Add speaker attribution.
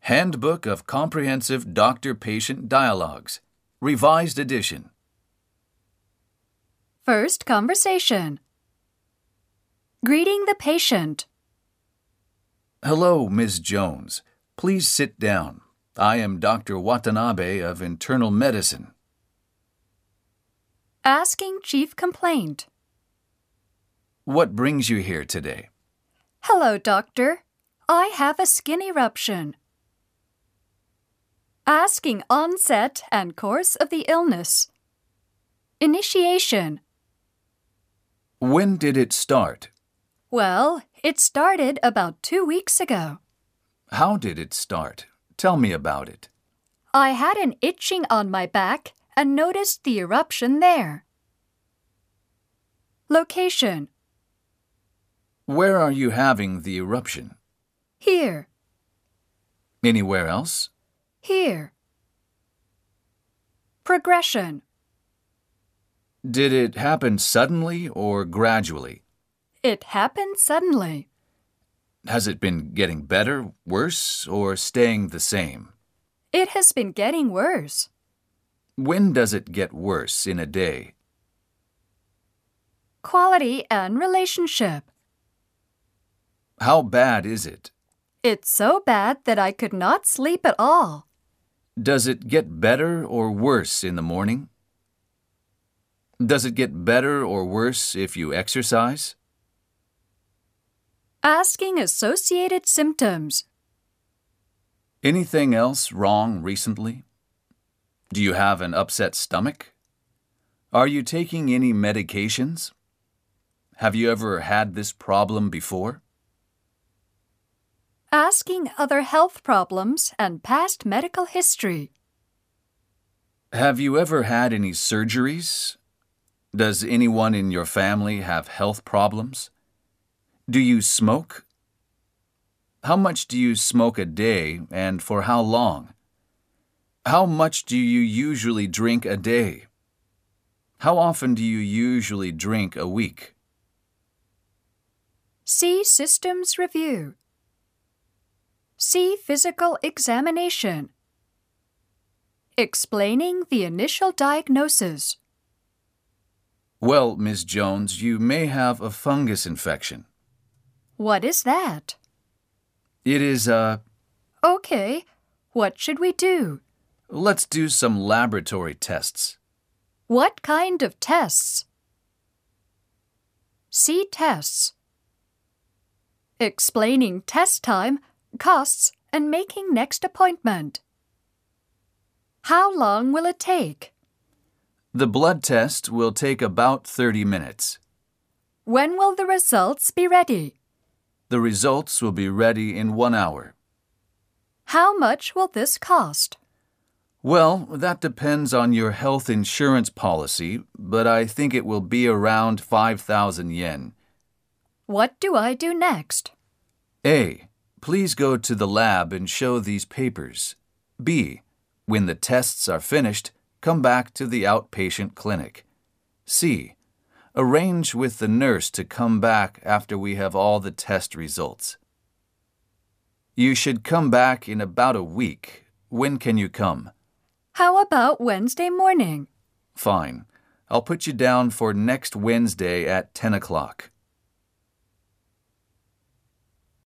Speaker 1: Handbook of Comprehensive Doctor Patient Dialogues, Revised Edition.
Speaker 2: First conversation. Greeting the patient.
Speaker 1: Hello, Miss Jones. Please sit down. I am Dr. Watanabe of Internal Medicine.
Speaker 2: Asking chief complaint.
Speaker 1: What brings you here today?
Speaker 2: Hello, doctor. I have a skin eruption. Asking onset and course of the illness. Initiation.
Speaker 1: When did it start?
Speaker 2: Well, it started about two weeks ago.
Speaker 1: How did it start? Tell me about it.
Speaker 2: I had an itching on my back and noticed the eruption there. Location.
Speaker 1: Where are you having the eruption?
Speaker 2: Here.
Speaker 1: Anywhere else?
Speaker 2: Here. Progression.
Speaker 1: Did it happen suddenly or gradually?
Speaker 2: It happened suddenly.
Speaker 1: Has it been getting better, worse, or staying the same?
Speaker 2: It has been getting worse.
Speaker 1: When does it get worse in a day?
Speaker 2: Quality and relationship.
Speaker 1: How bad is it?
Speaker 2: It's so bad that I could not sleep at all.
Speaker 1: Does it get better or worse in the morning? Does it get better or worse if you exercise?
Speaker 2: Asking associated symptoms.
Speaker 1: Anything else wrong recently? Do you have an upset stomach? Are you taking any medications? Have you ever had this problem before?
Speaker 2: Asking other health problems and past medical history.
Speaker 1: Have you ever had any surgeries? Does anyone in your family have health problems? Do you smoke? How much do you smoke a day and for how long? How much do you usually drink a day? How often do you usually drink a week?
Speaker 2: See systems review. See physical examination. Explaining the initial diagnosis.
Speaker 1: Well, Miss Jones, you may have a fungus infection.
Speaker 2: What is that?
Speaker 1: It is uh, a.
Speaker 2: Okay, what should we do?
Speaker 1: Let's do some laboratory tests.
Speaker 2: What kind of tests? See tests. Explaining test time, costs, and making next appointment. How long will it take?
Speaker 1: The blood test will take about 30 minutes.
Speaker 2: When will the results be ready?
Speaker 1: The results will be ready in one hour.
Speaker 2: How much will this cost?
Speaker 1: Well, that depends on your health insurance policy, but I think it will be around 5,000 yen.
Speaker 2: What do I do next?
Speaker 1: A. Please go to the lab and show these papers. B. When the tests are finished, come back to the outpatient clinic. C. Arrange with the nurse to come back after we have all the test results. You should come back in about a week. When can you come?
Speaker 2: How about Wednesday morning?
Speaker 1: Fine. I'll put you down for next Wednesday at 10 o'clock.